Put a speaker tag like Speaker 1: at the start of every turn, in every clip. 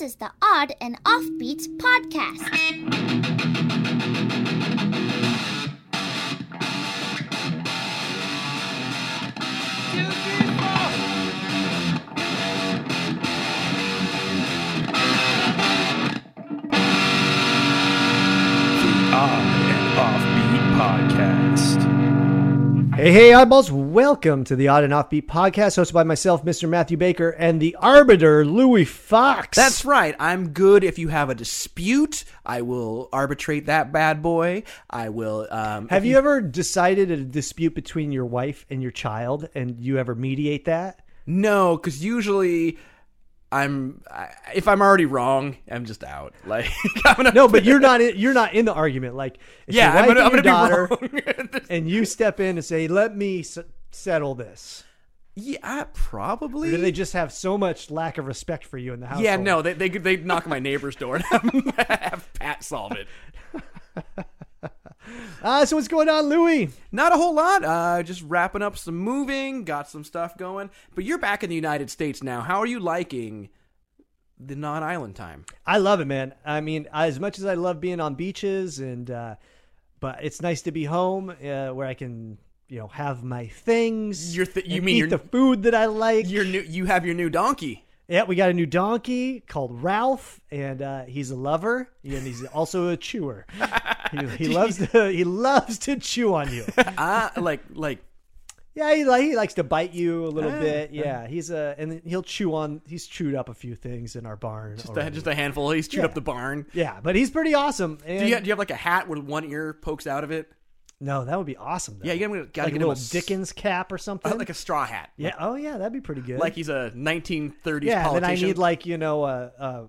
Speaker 1: is the Odd and Offbeats podcast.
Speaker 2: Podcast.
Speaker 3: Hey, hey, oddballs. Welcome to the Odd and Offbeat podcast hosted by myself, Mr. Matthew Baker, and the arbiter, Louis Fox.
Speaker 4: That's right. I'm good if you have a dispute. I will arbitrate that bad boy. I will. Um,
Speaker 3: Have you ever decided a dispute between your wife and your child and you ever mediate that?
Speaker 4: No, because usually. I'm I, if I'm already wrong, I'm just out. Like I'm gonna
Speaker 3: No, but you're not in, you're not in the argument. Like, it's
Speaker 4: yeah,
Speaker 3: your
Speaker 4: I'm
Speaker 3: wife
Speaker 4: gonna, I'm
Speaker 3: and
Speaker 4: gonna
Speaker 3: your daughter,
Speaker 4: be wrong.
Speaker 3: and you step in and say, "Let me s- settle this."
Speaker 4: yeah,
Speaker 3: Or
Speaker 4: probably.
Speaker 3: do they just have so much lack of respect for you in the house?
Speaker 4: yeah, no, they they could- they'd knock on my neighbor's door and have Pat solve it.
Speaker 3: Uh, so what's going on, Louis?
Speaker 4: Not a whole lot. Uh, just wrapping up some moving, got some stuff going. But you're back in the United States now. How are you liking the non-island time?
Speaker 3: I love it, man. I mean, as much as I love being on beaches and, uh, but it's nice to be home uh, where I can, you know, have my things.
Speaker 4: Your th- you
Speaker 3: and
Speaker 4: mean
Speaker 3: eat
Speaker 4: your-
Speaker 3: the food that I like?
Speaker 4: Your new, you have your new donkey.
Speaker 3: yeah, we got a new donkey called Ralph, and uh, he's a lover, and he's also a chewer. he, he loves to he loves to chew on you.
Speaker 4: Ah, like like
Speaker 3: Yeah, he, li- he likes to bite you a little
Speaker 4: Ah,
Speaker 3: bit. Yeah, he's a and he'll chew on. He's chewed up a few things in our barn.
Speaker 4: just a,
Speaker 3: already.
Speaker 4: just a handful. He's chewed
Speaker 3: Yeah.
Speaker 4: up the barn.
Speaker 3: yeah, but he's pretty awesome. And,
Speaker 4: Do you, do you have like a hat where one ear pokes out of it?
Speaker 3: no, that would be awesome. Though.
Speaker 4: Yeah, you gotta, gotta
Speaker 3: like a
Speaker 4: get him
Speaker 3: little
Speaker 4: a s-
Speaker 3: Dickens cap or something.
Speaker 4: uh, like a straw hat.
Speaker 3: yeah, oh yeah, that'd be pretty good.
Speaker 4: Like he's a 1930s
Speaker 3: yeah, then I
Speaker 4: politician.
Speaker 3: need like you know a, a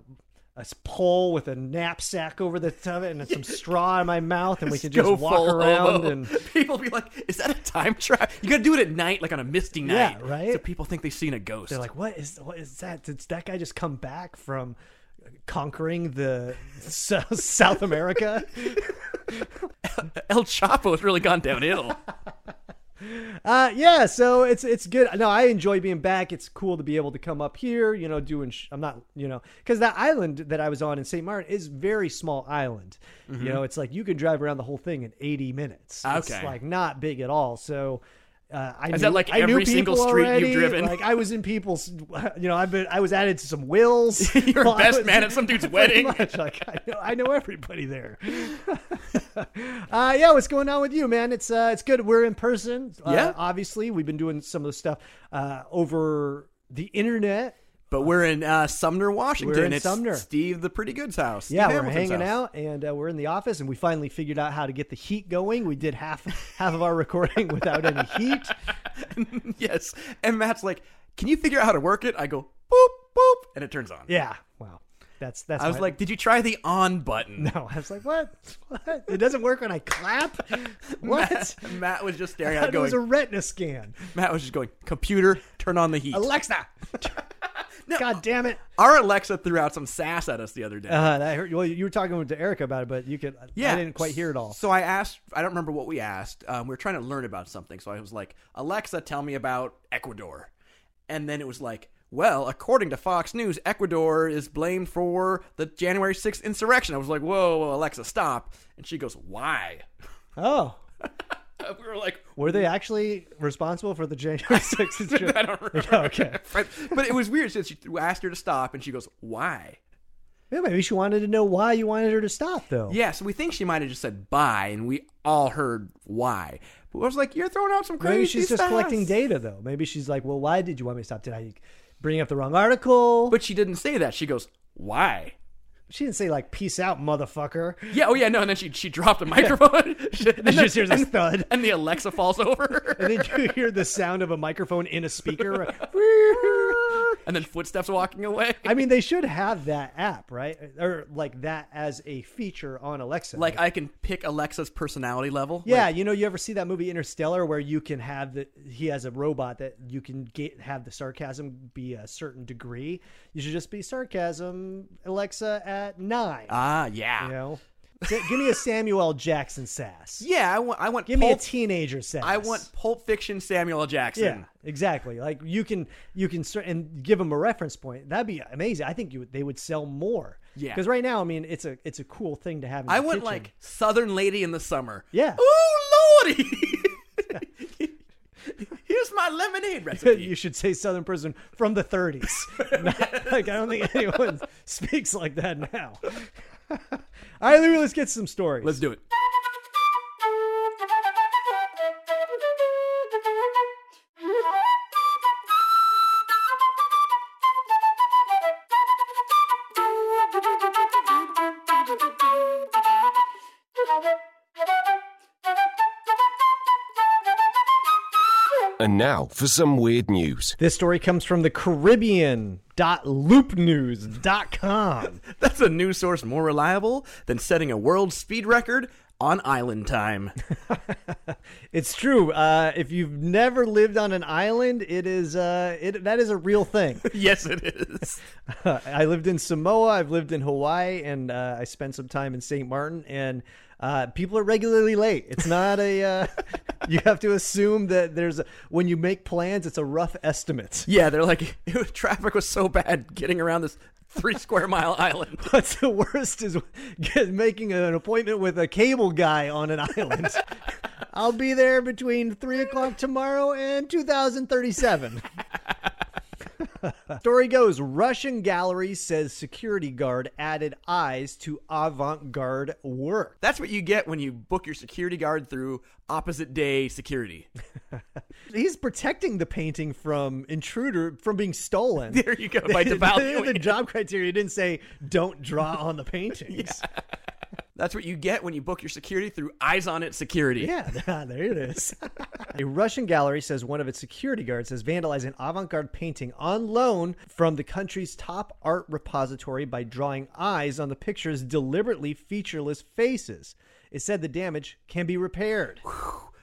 Speaker 3: a s- pole with a knapsack over the top of it and some straw in my mouth, and we can just
Speaker 4: Go
Speaker 3: walk
Speaker 4: full
Speaker 3: around
Speaker 4: hobo.
Speaker 3: and
Speaker 4: people be like, "Is that a time trap?" You gotta do it at night, like on a misty
Speaker 3: Yeah,
Speaker 4: night,
Speaker 3: right?
Speaker 4: So people think they've seen a ghost.
Speaker 3: they're like, what is what is that? Did that guy just come back from conquering the so- South America?
Speaker 4: El Chapo has really gone downhill.
Speaker 3: Uh, yeah, so it's it's good. No, I enjoy being back. It's cool to be able to come up here, you know, doing. Sh- I'm not, you know, because that island that I was on in St. Martin is very small island. You know, it's like you can drive around the whole thing in 80 minutes. it's
Speaker 4: Mm-hmm. Ah, Okay.
Speaker 3: like not big at all. So. Uh, I
Speaker 4: Is
Speaker 3: knew,
Speaker 4: that like
Speaker 3: I knew
Speaker 4: every single
Speaker 3: people
Speaker 4: street you've
Speaker 3: already.
Speaker 4: driven?
Speaker 3: Like I was in people's, you know, I've been, I was added to some wills.
Speaker 4: You're
Speaker 3: Well,
Speaker 4: a
Speaker 3: I
Speaker 4: best
Speaker 3: was-
Speaker 4: man at some dude's wedding.
Speaker 3: pretty much. Like I know, I know everybody there. uh, yeah, what's going on with you, man? It's uh, it's good. We're in person. Uh,
Speaker 4: Yeah.
Speaker 3: obviously we've been doing some of the stuff uh, over the internet.
Speaker 4: But we're in uh, Sumner, Washington.
Speaker 3: in
Speaker 4: it's
Speaker 3: Sumner.
Speaker 4: Steve the Pretty Good's house. Steve
Speaker 3: Yeah, we're
Speaker 4: Hamilton's
Speaker 3: hanging
Speaker 4: house.
Speaker 3: out and uh, we're in the office, and we finally figured out how to get the heat going. We did half half of our recording without any heat.
Speaker 4: yes. And Matt's like, "Can you figure out how to work it?" I go, "Boop boop," and it turns on.
Speaker 3: Yeah, wow. That's that's.
Speaker 4: I was
Speaker 3: my-
Speaker 4: like, "Did you try the on button?"
Speaker 3: no. I was like, what? What? It doesn't work when I clap. What?
Speaker 4: Matt was just staring at it
Speaker 3: That
Speaker 4: going.
Speaker 3: was a retina scan.
Speaker 4: Matt was just going, "Computer, turn on the heat."
Speaker 3: Alexa.
Speaker 4: No.
Speaker 3: God damn it.
Speaker 4: Our Alexa threw out some sass at us the other day.
Speaker 3: Uh, that hurt. Well, you were talking to Erica about it, but you could.
Speaker 4: Yeah.
Speaker 3: I didn't quite hear it all.
Speaker 4: So I asked, I don't remember what we asked. Um, we were trying to learn about something. So I was like, Alexa, tell me about Ecuador. And then it was like, well, according to Fox News, Ecuador is blamed for the January 6th insurrection. I was like, whoa, whoa Alexa, stop. And she goes, why?
Speaker 3: Oh,
Speaker 4: we were like,
Speaker 3: were they actually responsible for the January sixth?
Speaker 4: I don't remember.
Speaker 3: Okay.
Speaker 4: But, but it was weird. So she we asked her to stop, and she goes, why?
Speaker 3: Yeah, maybe she wanted to know why you wanted her to stop, though.
Speaker 4: Yeah, so we think she might have just said bye, and we all heard why. But I was like, you're throwing out some crazy
Speaker 3: Maybe she's just
Speaker 4: sass.
Speaker 3: collecting data, though. Maybe she's like, well, why did you want me to stop? Did I bring up the wrong article?
Speaker 4: But she didn't say that. She goes, "Why?"
Speaker 3: she didn't say like, peace out, motherfucker.
Speaker 4: Yeah. Oh yeah. No. And then she she dropped a microphone. She- and
Speaker 3: You just hear this thud.
Speaker 4: and the Alexa falls over.
Speaker 3: And then you hear the sound of a microphone in a speaker.
Speaker 4: and then footsteps walking away.
Speaker 3: I mean, they should have that app, right? Or like that as a feature on Alexa.
Speaker 4: like I can pick Alexa's personality level.
Speaker 3: Yeah, you know, you ever see that movie Interstellar where you can have the he has a robot that you can get have the sarcasm be a certain degree. You should just be sarcasm Alexa at nine.
Speaker 4: Ah. Yeah.
Speaker 3: you know, Say- Give me a Samuel L. Jackson sass.
Speaker 4: Yeah, I want. I want.
Speaker 3: Give me a
Speaker 4: pulp,
Speaker 3: teenager sass.
Speaker 4: I want Pulp Fiction Samuel L. Jackson.
Speaker 3: Yeah, exactly. Like you can you can cer- and give them a reference point. That'd be amazing. I think you would, they would sell more.
Speaker 4: Yeah.
Speaker 3: Because right now, I mean, it's a it's a cool thing to have. In
Speaker 4: I
Speaker 3: your
Speaker 4: want
Speaker 3: kitchen.
Speaker 4: like Southern Lady in the Summer.
Speaker 3: Yeah.
Speaker 4: Oh lordy! Here's my lemonade recipe.
Speaker 3: you should say Southern person from the 30s. Not- like I don't think anyone speaks like that now. All right, Lou, let's get some stories.
Speaker 4: Let's do it.
Speaker 2: And now for some weird news.
Speaker 3: This story comes from the Caribbean.loopnews.com.
Speaker 4: That's a news source more reliable than setting a world speed record on island time.
Speaker 3: It's true. Uh, if you've never lived on an island, it is uh, it that is a real thing.
Speaker 4: yes, it is.
Speaker 3: I lived in Samoa. I've lived in Hawaii, and uh, I spent some time in St. Martin. And uh, people are regularly late. It's not a. Uh, you have to assume that there's a, when you make plans, it's a rough estimate.
Speaker 4: Yeah, they're like traffic was so bad getting around this three square mile island.
Speaker 3: What's the worst is get, making an appointment with a cable guy on an island. I'll be there between three o'clock tomorrow and 2037. Story goes Russian gallery says security guard added eyes to avant garde work.
Speaker 4: That's what you get when you book your security guard through opposite day security.
Speaker 3: he's protecting the painting from intruder from being stolen.
Speaker 4: There you go, by devaluing
Speaker 3: the
Speaker 4: it.
Speaker 3: job criteria didn't say don't draw on the paintings.
Speaker 4: That's what you get when you book your security through eyes on it security.
Speaker 3: Yeah, there it is. A Russian gallery says one of its security guards has vandalized an avant garde painting on loan from the country's top art repository by drawing eyes on the picture's deliberately featureless faces. It said the damage can be repaired.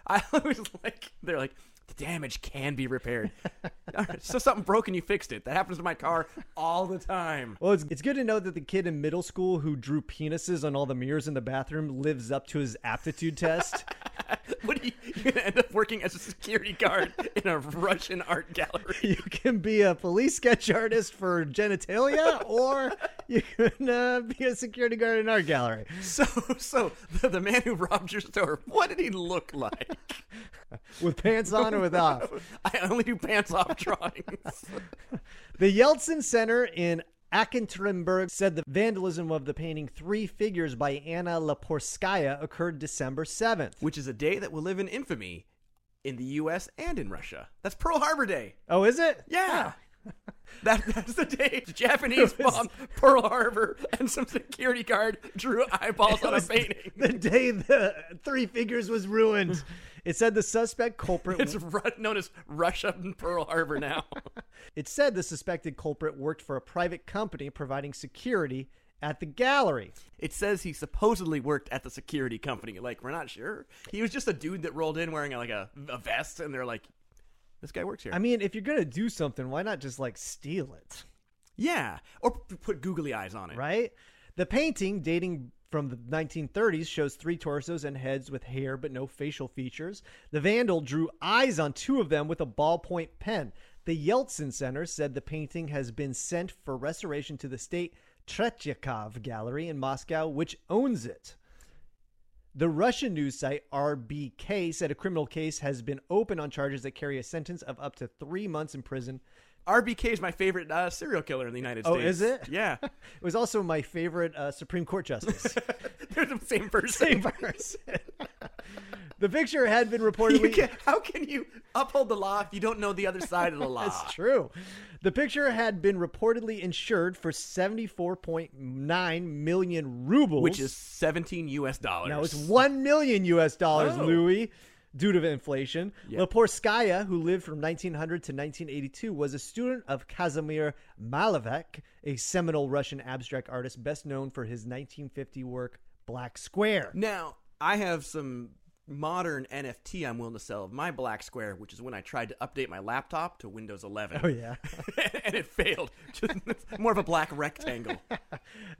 Speaker 4: I was like, they're like, the damage can be repaired. All right, so something broke and you fixed it. That happens to my car all the time.
Speaker 3: Well, it's, it's good to know that the kid in middle school who drew penises on all the mirrors in the bathroom lives up to his aptitude test.
Speaker 4: What are you, you're gonna end up working as a security guard in a Russian art gallery?
Speaker 3: you can be a police sketch artist for genitalia, or you can uh, be a security guard in an art gallery.
Speaker 4: So, so the, the man who robbed your store, what did he look like?
Speaker 3: With pants on or with off.
Speaker 4: I only do pants off drawings.
Speaker 3: The Yeltsin Center in Akentremberg said the vandalism of the painting Three Figures by Anna Laporskaya occurred December 7th.
Speaker 4: Which is a day that will live in infamy in the U.S. and in Russia. That's Pearl Harbor Day.
Speaker 3: Oh, is it?
Speaker 4: Yeah. That, that's the day the Japanese bombed Pearl Harbor and some security guard drew eyeballs on a painting.
Speaker 3: The day the Three Figures was ruined. It said the suspect culprit
Speaker 4: It's ru- known as Russia and Pearl Harbor now.
Speaker 3: It said the suspected culprit worked for a private company providing security at the gallery.
Speaker 4: It says he supposedly worked at the security company. Like, we're not sure. He was just a dude that rolled in wearing like a, a vest, and they're like, this guy works here.
Speaker 3: I mean, if you're going to do something, why not just like steal it,
Speaker 4: yeah. Or p- put googly eyes on it.
Speaker 3: right? The painting, dating from the 1930s, shows three torsos and heads with hair but no facial features. The vandal drew eyes on two of them with a ballpoint pen. The Yeltsin Center said the painting has been sent for restoration to the state Tretyakov Gallery in Moscow, which owns it. The Russian news site RBK said a criminal case has been opened on charges that carry a sentence of up to three months in prison.
Speaker 4: RBK is my favorite uh, serial killer in the United
Speaker 3: Oh,
Speaker 4: States.
Speaker 3: is it?
Speaker 4: Yeah.
Speaker 3: It was also my favorite uh, Supreme Court justice.
Speaker 4: They're the same person.
Speaker 3: Same person. the picture had been
Speaker 4: You
Speaker 3: reportedly.
Speaker 4: can, how can you uphold the law if you don't know the other side of the law?
Speaker 3: That's true. The picture had been reportedly insured for 74.9 million rubles.
Speaker 4: Which is 17 US dollars.
Speaker 3: Now it's 1 million US dollars,
Speaker 4: Oh.
Speaker 3: Louis, due to inflation. Leporskaya, who lived from 1900 to 1982, was a student of Kazimir Malevich, a seminal Russian abstract artist best known for his 1950 work Black Square.
Speaker 4: Now, I have some modern NFT I'm willing to sell of my black square, which is when I tried to update my laptop to Windows 11.
Speaker 3: Oh yeah.
Speaker 4: and it failed. Just, it's more of a black rectangle.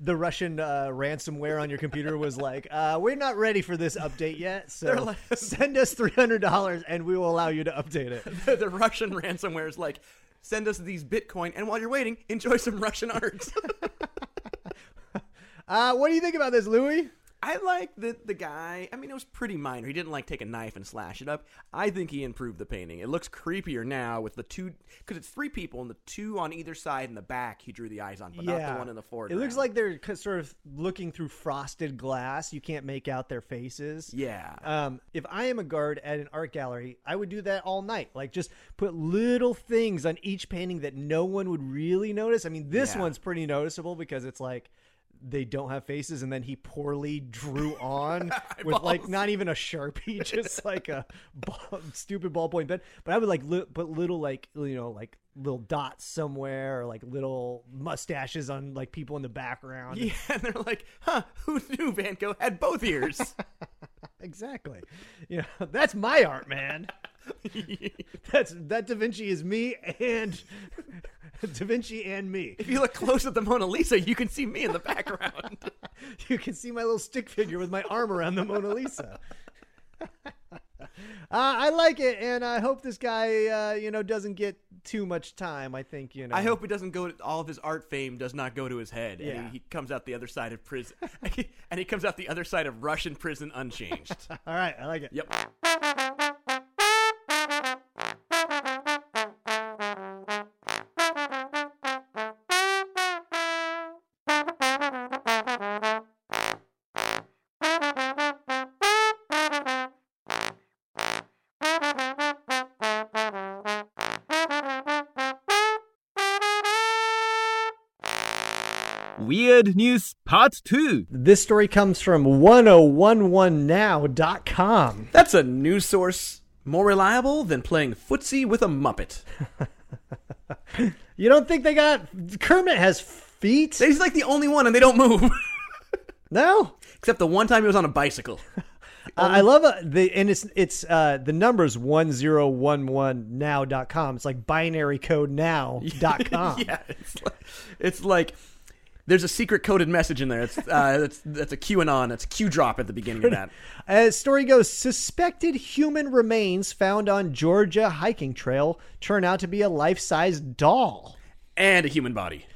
Speaker 3: the Russian uh, ransomware on your computer was like, uh, "We're not ready for this update yet, so
Speaker 4: They're like-
Speaker 3: send us three hundred dollars and we will allow you to update it."
Speaker 4: the Russian ransomware is like, send us these Bitcoin, and while you're waiting, enjoy some Russian art.
Speaker 3: Uh, what do you think about this, Louis?
Speaker 4: I like that the guy. I mean, it was pretty minor. He didn't like take a knife and slash it up. I think he improved the painting. It looks creepier now with the two because it's three people and the two on either side in the back. He drew the eyes on, but not the one in the foreground.
Speaker 3: It looks like they're c- sort of looking through frosted glass. You can't make out their faces.
Speaker 4: yeah.
Speaker 3: Um, if I am a guard at an art gallery, I would do that all night. Like just put little things on each painting that no one would really notice. I mean, this
Speaker 4: Yeah.
Speaker 3: one's pretty noticeable because it's like they don't have faces, and then he poorly drew on with like not even a sharpie, just like a ball, stupid ballpoint pen. But I would like li- put little like you know like little dots somewhere or like little mustaches on like people in the background.
Speaker 4: yeah, and they're like, huh? Who knew Van Gogh had both ears?
Speaker 3: Exactly. You know, that's my art, man. that's that Da Vinci is me and Da Vinci and me.
Speaker 4: if you look close at the Mona Lisa, you can see me in the background.
Speaker 3: You can see my little stick figure with my arm around the Mona Lisa. Uh, I like it, and I hope this guy, uh, you know, doesn't get too much time. I think you know.
Speaker 4: I hope it doesn't go. To, all of his art fame does not go to his head, and
Speaker 3: Yeah.
Speaker 4: he, he comes out the other side of prison, and he comes out the other side of Russian prison unchanged.
Speaker 3: All right, I like it.
Speaker 4: yep.
Speaker 5: Weird News Part 2.
Speaker 3: This story comes from 1011now.com.
Speaker 4: That's a news source more reliable than playing footsie with a Muppet.
Speaker 3: You don't think they got Kermit has feet?
Speaker 4: He's like the only one, and they don't move.
Speaker 3: no.
Speaker 4: Except the one time he was on a bicycle.
Speaker 3: Uh, I love uh, the and it's it's uh the numbers 1011 now.com. It's like binary code now.com.
Speaker 4: yeah, it's like, it's like there's a secret coded message in there. It's uh, that's that's a QAnon. That's a Q drop at the beginning of that.
Speaker 3: As story goes, suspected human remains found on Georgia hiking trail turn out to be a life-size doll.
Speaker 4: And a human body.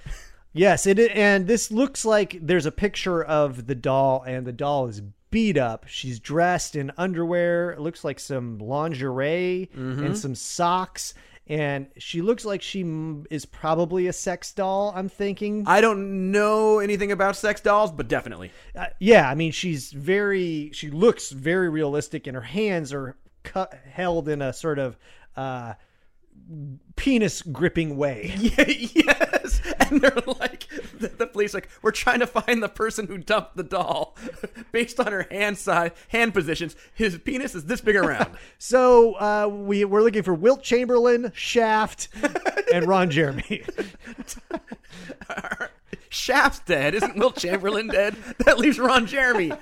Speaker 3: Yes, it and this looks like there's a picture of the doll and the doll is beat up. She's dressed in underwear, it looks like some lingerie and some socks and she looks like she m- is probably a sex doll, I'm thinking.
Speaker 4: I don't know anything about sex dolls, but definitely.
Speaker 3: Uh, yeah, I mean she's very she looks very realistic and her hands are cut, held in a sort of uh penis gripping way.
Speaker 4: yes, and they're like the, the police like we're trying to find the person who dumped the doll based on her hand size, hand positions. His penis is this big around.
Speaker 3: So uh, we we're looking for Wilt Chamberlain, Shaft, and Ron Jeremy.
Speaker 4: Shaft's dead. Isn't Will Chamberlain dead? That leaves Ron Jeremy.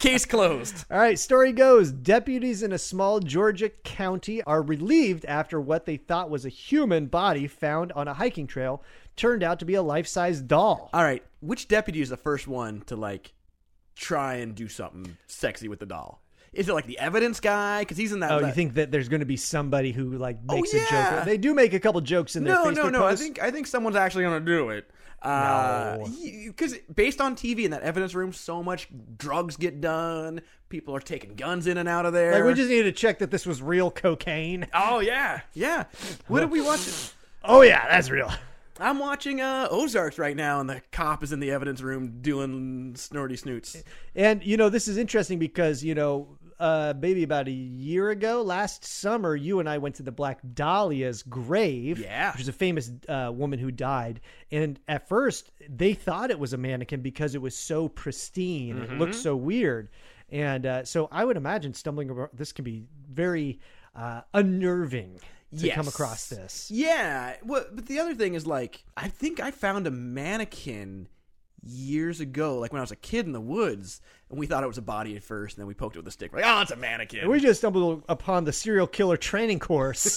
Speaker 4: Case closed.
Speaker 3: All right, story goes: deputies in a small Georgia county are relieved after what they thought was a human body found on a hiking trail turned out to be a life-size doll.
Speaker 4: All right, which deputy is the first one to like try and do something sexy with the doll? Is it like the evidence guy? Because he's in that.
Speaker 3: Oh, you
Speaker 4: that- Oh,
Speaker 3: think that there's going to be somebody who like makes a
Speaker 4: yeah.
Speaker 3: joke? They do make a couple jokes in their
Speaker 4: No,
Speaker 3: Facebook
Speaker 4: no, no.
Speaker 3: posts.
Speaker 4: I think I think someone's actually gonna do it. Uh,
Speaker 3: No.
Speaker 4: Because based on TV in that evidence room, so much drugs get done. People are taking guns in and out of there.
Speaker 3: like we just needed to check that this was real cocaine.
Speaker 4: oh yeah, yeah. What are we watching?
Speaker 3: Oh yeah, that's real.
Speaker 4: I'm watching uh, Ozarks right now, and the cop is in the evidence room doing snorty snoots.
Speaker 3: And you know, this is interesting because you know, uh, maybe about a year ago, last summer, you and I went to the Black Dahlia's grave,
Speaker 4: Yeah.
Speaker 3: which is a famous uh, woman who died. And at first, they thought it was a mannequin because it was so pristine, it
Speaker 4: Mm-hmm.
Speaker 3: looked so weird. And uh, so, I would imagine stumbling over this can be very uh, unnerving to come
Speaker 4: Yes.
Speaker 3: across this.
Speaker 4: Yeah. Well, but the other thing is like I think I found a mannequin years ago, like when I was a kid in the woods, and we thought it was a body at first, and then we poked it with a stick. We're like, oh, it's a mannequin.
Speaker 3: We just stumbled upon the serial killer training course.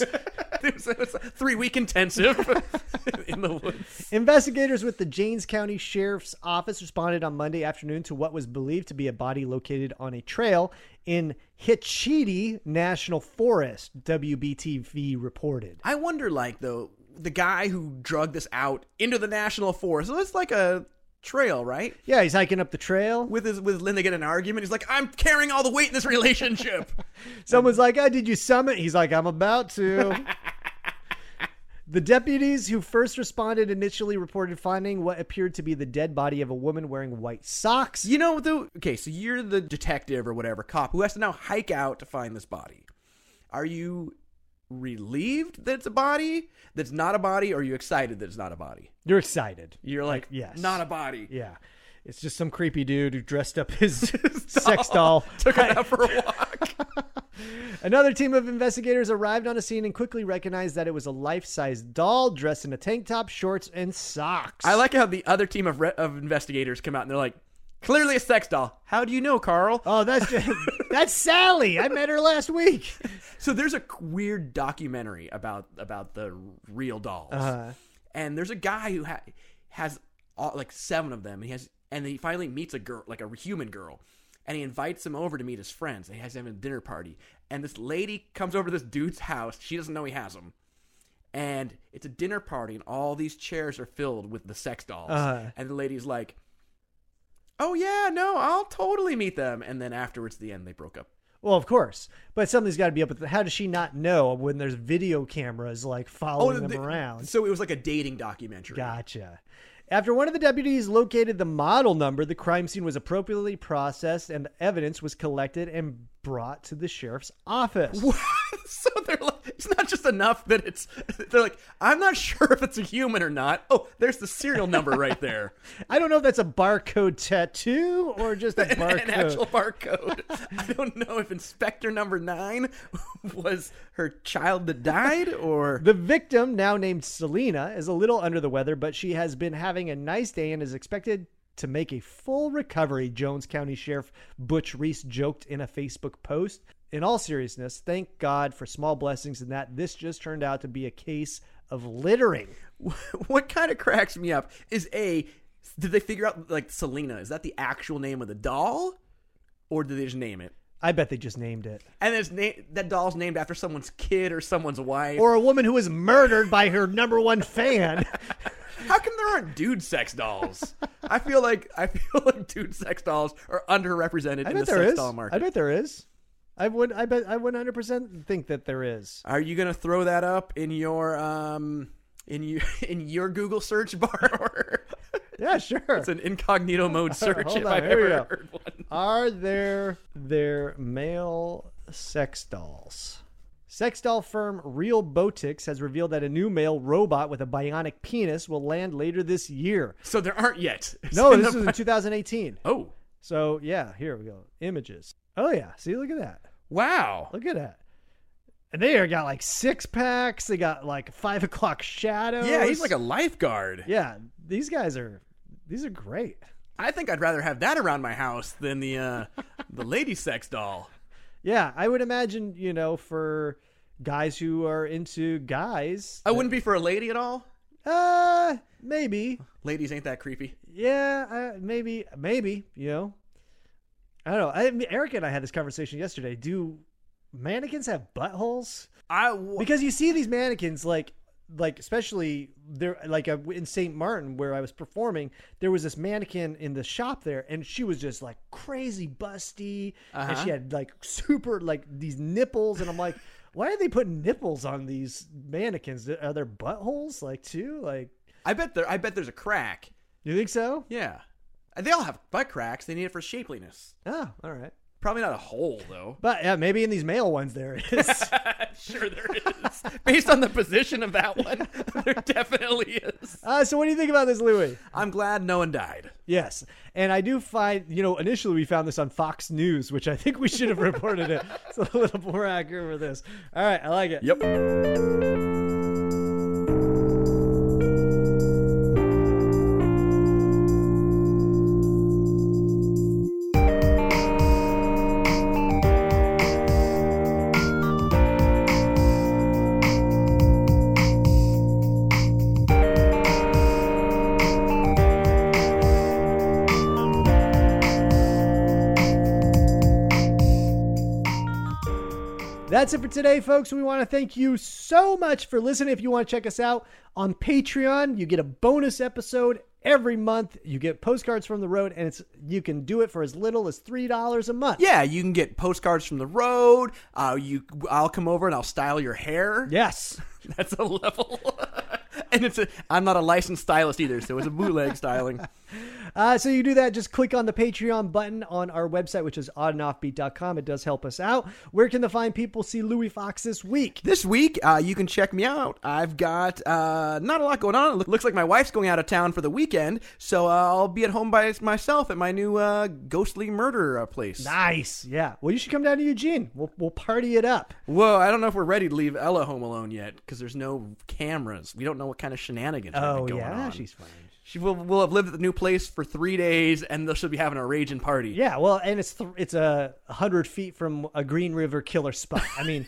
Speaker 4: it was, it was a three week intensive in the woods.
Speaker 3: Investigators with the James County Sheriff's Office responded on Monday afternoon to what was believed to be a body located on a trail in Hitchiti National Forest, WBTV reported.
Speaker 4: I wonder, like, though, the guy who drugged this out into the national forest. So it's like a trail, right?
Speaker 3: Yeah, he's hiking up the trail.
Speaker 4: With his with Lynn, they get in an argument. He's like, "I'm carrying all the weight in this relationship."
Speaker 3: Someone's like, "I did you summit?" He's like, "I'm about to." The deputies who first responded initially reported finding what appeared to be the dead body of a woman wearing white socks.
Speaker 4: you know, though. Okay, so you're the detective or whatever cop who has to now hike out to find this body. Are you relieved that it's a body that's not a body? Or are you excited that it's not a body?
Speaker 3: You're excited.
Speaker 4: You're like,
Speaker 3: yes.
Speaker 4: not a body.
Speaker 3: Yeah. It's just some creepy dude who dressed up his sex doll.
Speaker 4: Took it out for a walk.
Speaker 3: Another team of investigators arrived on a scene and quickly recognized that it was a life-size doll dressed in a tank top, shorts, and socks.
Speaker 4: I like how the other team of re- of investigators come out and they're like, clearly a sex doll. How do you know, Carl?
Speaker 3: Oh, that's just, that's Sally. I met her last week.
Speaker 4: So there's a weird documentary about about the real dolls, and there's a guy who ha- has all, like seven of them. And he has, and he finally meets a girl, like a human girl, and he invites him over to meet his friends. And he has him a dinner party, and this lady comes over to this dude's house. She doesn't know he has them. And it's a dinner party, and all these chairs are filled with the sex dolls.
Speaker 3: Uh-huh.
Speaker 4: And the lady's like, "Oh yeah, no, I'll totally meet them." And then afterwards, at the end, they broke up.
Speaker 3: Well, of course, but something's got to be up with. How does she not know when there's video cameras like following them
Speaker 4: Oh, the-
Speaker 3: around?
Speaker 4: So it was like a dating documentary.
Speaker 3: Gotcha. After one of the deputies located the model number, the crime scene was appropriately processed and evidence was collected and brought to the sheriff's office.
Speaker 4: so they're like, it's not just enough that it's. They're like, I'm not sure if it's a human or not. Oh, there's the serial number right there,
Speaker 3: I don't know if that's a barcode tattoo or just a barcode.
Speaker 4: an actual barcode. I don't know if Inspector Number Nine was her child that died or.
Speaker 3: The victim, now named Selena, is a little under the weather, but she has been having a nice day and is expected to make a full recovery, Jones County Sheriff Butch Reese joked in a Facebook post. In all seriousness, thank God for small blessings in that this just turned out to be a case of littering.
Speaker 4: What kind of cracks me up is a. Did they figure out like Selena? Is that the actual name of the doll, or did they just name it?
Speaker 3: I bet they just named it.
Speaker 4: And it's na- that doll's named after someone's kid or someone's wife.
Speaker 3: Or a woman who was murdered by her number one fan.
Speaker 4: How come there aren't dude sex dolls? I feel like I feel like dude sex dolls are underrepresented
Speaker 3: I
Speaker 4: in the
Speaker 3: bet there
Speaker 4: sex
Speaker 3: is.
Speaker 4: doll market.
Speaker 3: I bet there is. I would. I bet. I would 100% think that there is.
Speaker 4: are you gonna throw that up in your um in your in your Google search bar? Or
Speaker 3: Yeah, sure.
Speaker 4: it's an incognito mode search
Speaker 3: Hold
Speaker 4: if
Speaker 3: on,
Speaker 4: I've
Speaker 3: here we
Speaker 4: ever
Speaker 3: go.
Speaker 4: heard one.
Speaker 3: Are there there male sex dolls? Sex doll firm Real Botics has revealed that a new male robot with a bionic penis will land later this year.
Speaker 4: So there aren't yet.
Speaker 3: No,
Speaker 4: It's in
Speaker 3: this
Speaker 4: the-
Speaker 3: was in 2018.
Speaker 4: oh
Speaker 3: So yeah, here we go. Images. Oh yeah, see, look at that.
Speaker 4: wow.
Speaker 3: Look at that. And they are- got like six packs. They got like five o'clock shadows.
Speaker 4: Yeah, he's like a lifeguard.
Speaker 3: yeah. These guys are these are great.
Speaker 4: I think I'd rather have that around my house than the uh, the lady sex doll.
Speaker 3: Yeah, I would imagine you know for guys who are into guys
Speaker 4: I wouldn't be for a lady at all.
Speaker 3: Uh, maybe.
Speaker 4: Ladies ain't that creepy.
Speaker 3: Yeah, uh, maybe, maybe. You know, I don't know. I, mean, Eric and I had this conversation yesterday. Do mannequins have buttholes?
Speaker 4: I w-
Speaker 3: Because you see these mannequins, like, like especially there, like uh, in Saint Martin where I was performing, there was this mannequin in the shop there, and she was just like crazy busty, and she had like super like these nipples, and I'm like. Why are they putting nipples on these mannequins? Are there buttholes like too? Like,
Speaker 4: I bet there. I bet there's a crack.
Speaker 3: you think so?
Speaker 4: Yeah, Uh, they all have butt cracks. They need it for shapeliness.
Speaker 3: Oh, all right.
Speaker 4: Probably not a hole though.
Speaker 3: But yeah, maybe in these male ones there is.
Speaker 4: sure, there is. Based on the position of that one, there definitely is.
Speaker 3: uh, so what do you think about this, Louis?
Speaker 4: I'm glad no one died.
Speaker 3: Yes, and I do find you know initially we found this on Fox News, which I think we should have reported it. It's a little more accurate for this. All right, I like it.
Speaker 4: Yep.
Speaker 3: That's it for today, folks. We want to thank you so much for listening. If you want to check us out on Patreon, you get a bonus episode every month. You get postcards from the road, and it's you can do it for as little as three dollars a month.
Speaker 4: Yeah, you can get postcards from the road. Uh, you, I'll come over and I'll style your hair.
Speaker 3: Yes.
Speaker 4: That's a level. and it's a I'm not a licensed stylist either, so it's a bootleg styling.
Speaker 3: Uh, so you do that, just click on the Patreon button on our website, which is oddandoffbeat.com. It does help us out. Where can the fine people see Louis Fox this week?
Speaker 4: This week, uh, you can check me out. I've got uh, not a lot going on. It look- looks like my wife's going out of town for the weekend, so uh, I'll be at home by myself at my new uh, ghostly murder uh, place.
Speaker 3: Nice. Yeah. Well, you should come down to Eugene. We'll, we'll party it up.
Speaker 4: Whoa, I don't know if we're ready to leave Ella home alone yet because there's no cameras. We don't know what kind of shenanigans are
Speaker 3: Oh,
Speaker 4: going
Speaker 3: yeah.
Speaker 4: on.
Speaker 3: She's fine.
Speaker 4: She will, will have lived at the new place for three days, and they'll, she'll be having a raging party.
Speaker 3: Yeah. Well, and it's th- it's a hundred feet from a Green River killer spot. I mean,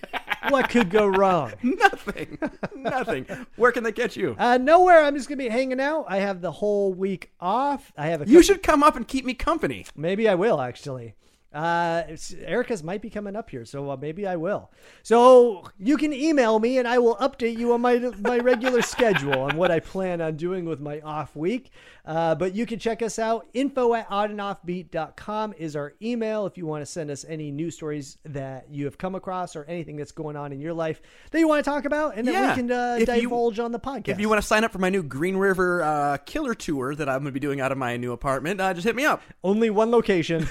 Speaker 3: what could go wrong?
Speaker 4: Nothing. Nothing. Where can they catch you?
Speaker 3: Uh, nowhere. I'm just gonna be hanging out. I have the whole week off. I have a.
Speaker 4: You should come up and keep me company.
Speaker 3: Maybe I will actually. Uh, it's- Erica's might be coming up here, so uh, maybe I will. So you can email me, and I will update you on my my regular schedule on what I plan on doing with my off week. Uh, but you can check us out. Info at oddandoffbeat.com is our email if you want to send us any news stories that you have come across or anything that's going on in your life that you want to talk about, and
Speaker 4: Yeah.
Speaker 3: that we can uh,
Speaker 4: If you-
Speaker 3: divulge on the podcast.
Speaker 4: If you want to sign up for my new Green River uh, Killer Tour that I'm going to be doing out of my new apartment, uh, just hit me up.
Speaker 3: only one location,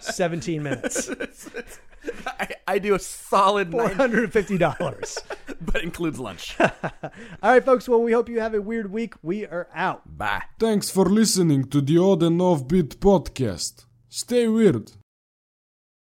Speaker 3: seventeen minutes,
Speaker 4: I, I do a solid
Speaker 3: four
Speaker 4: nine,
Speaker 3: hundred fifty dollars.
Speaker 4: but includes lunch.
Speaker 3: All right, folks. Well, we hope you have a weird week. We are out.
Speaker 4: Bye.
Speaker 6: Thanks for listening to the Odd and Offbeat podcast. Stay weird.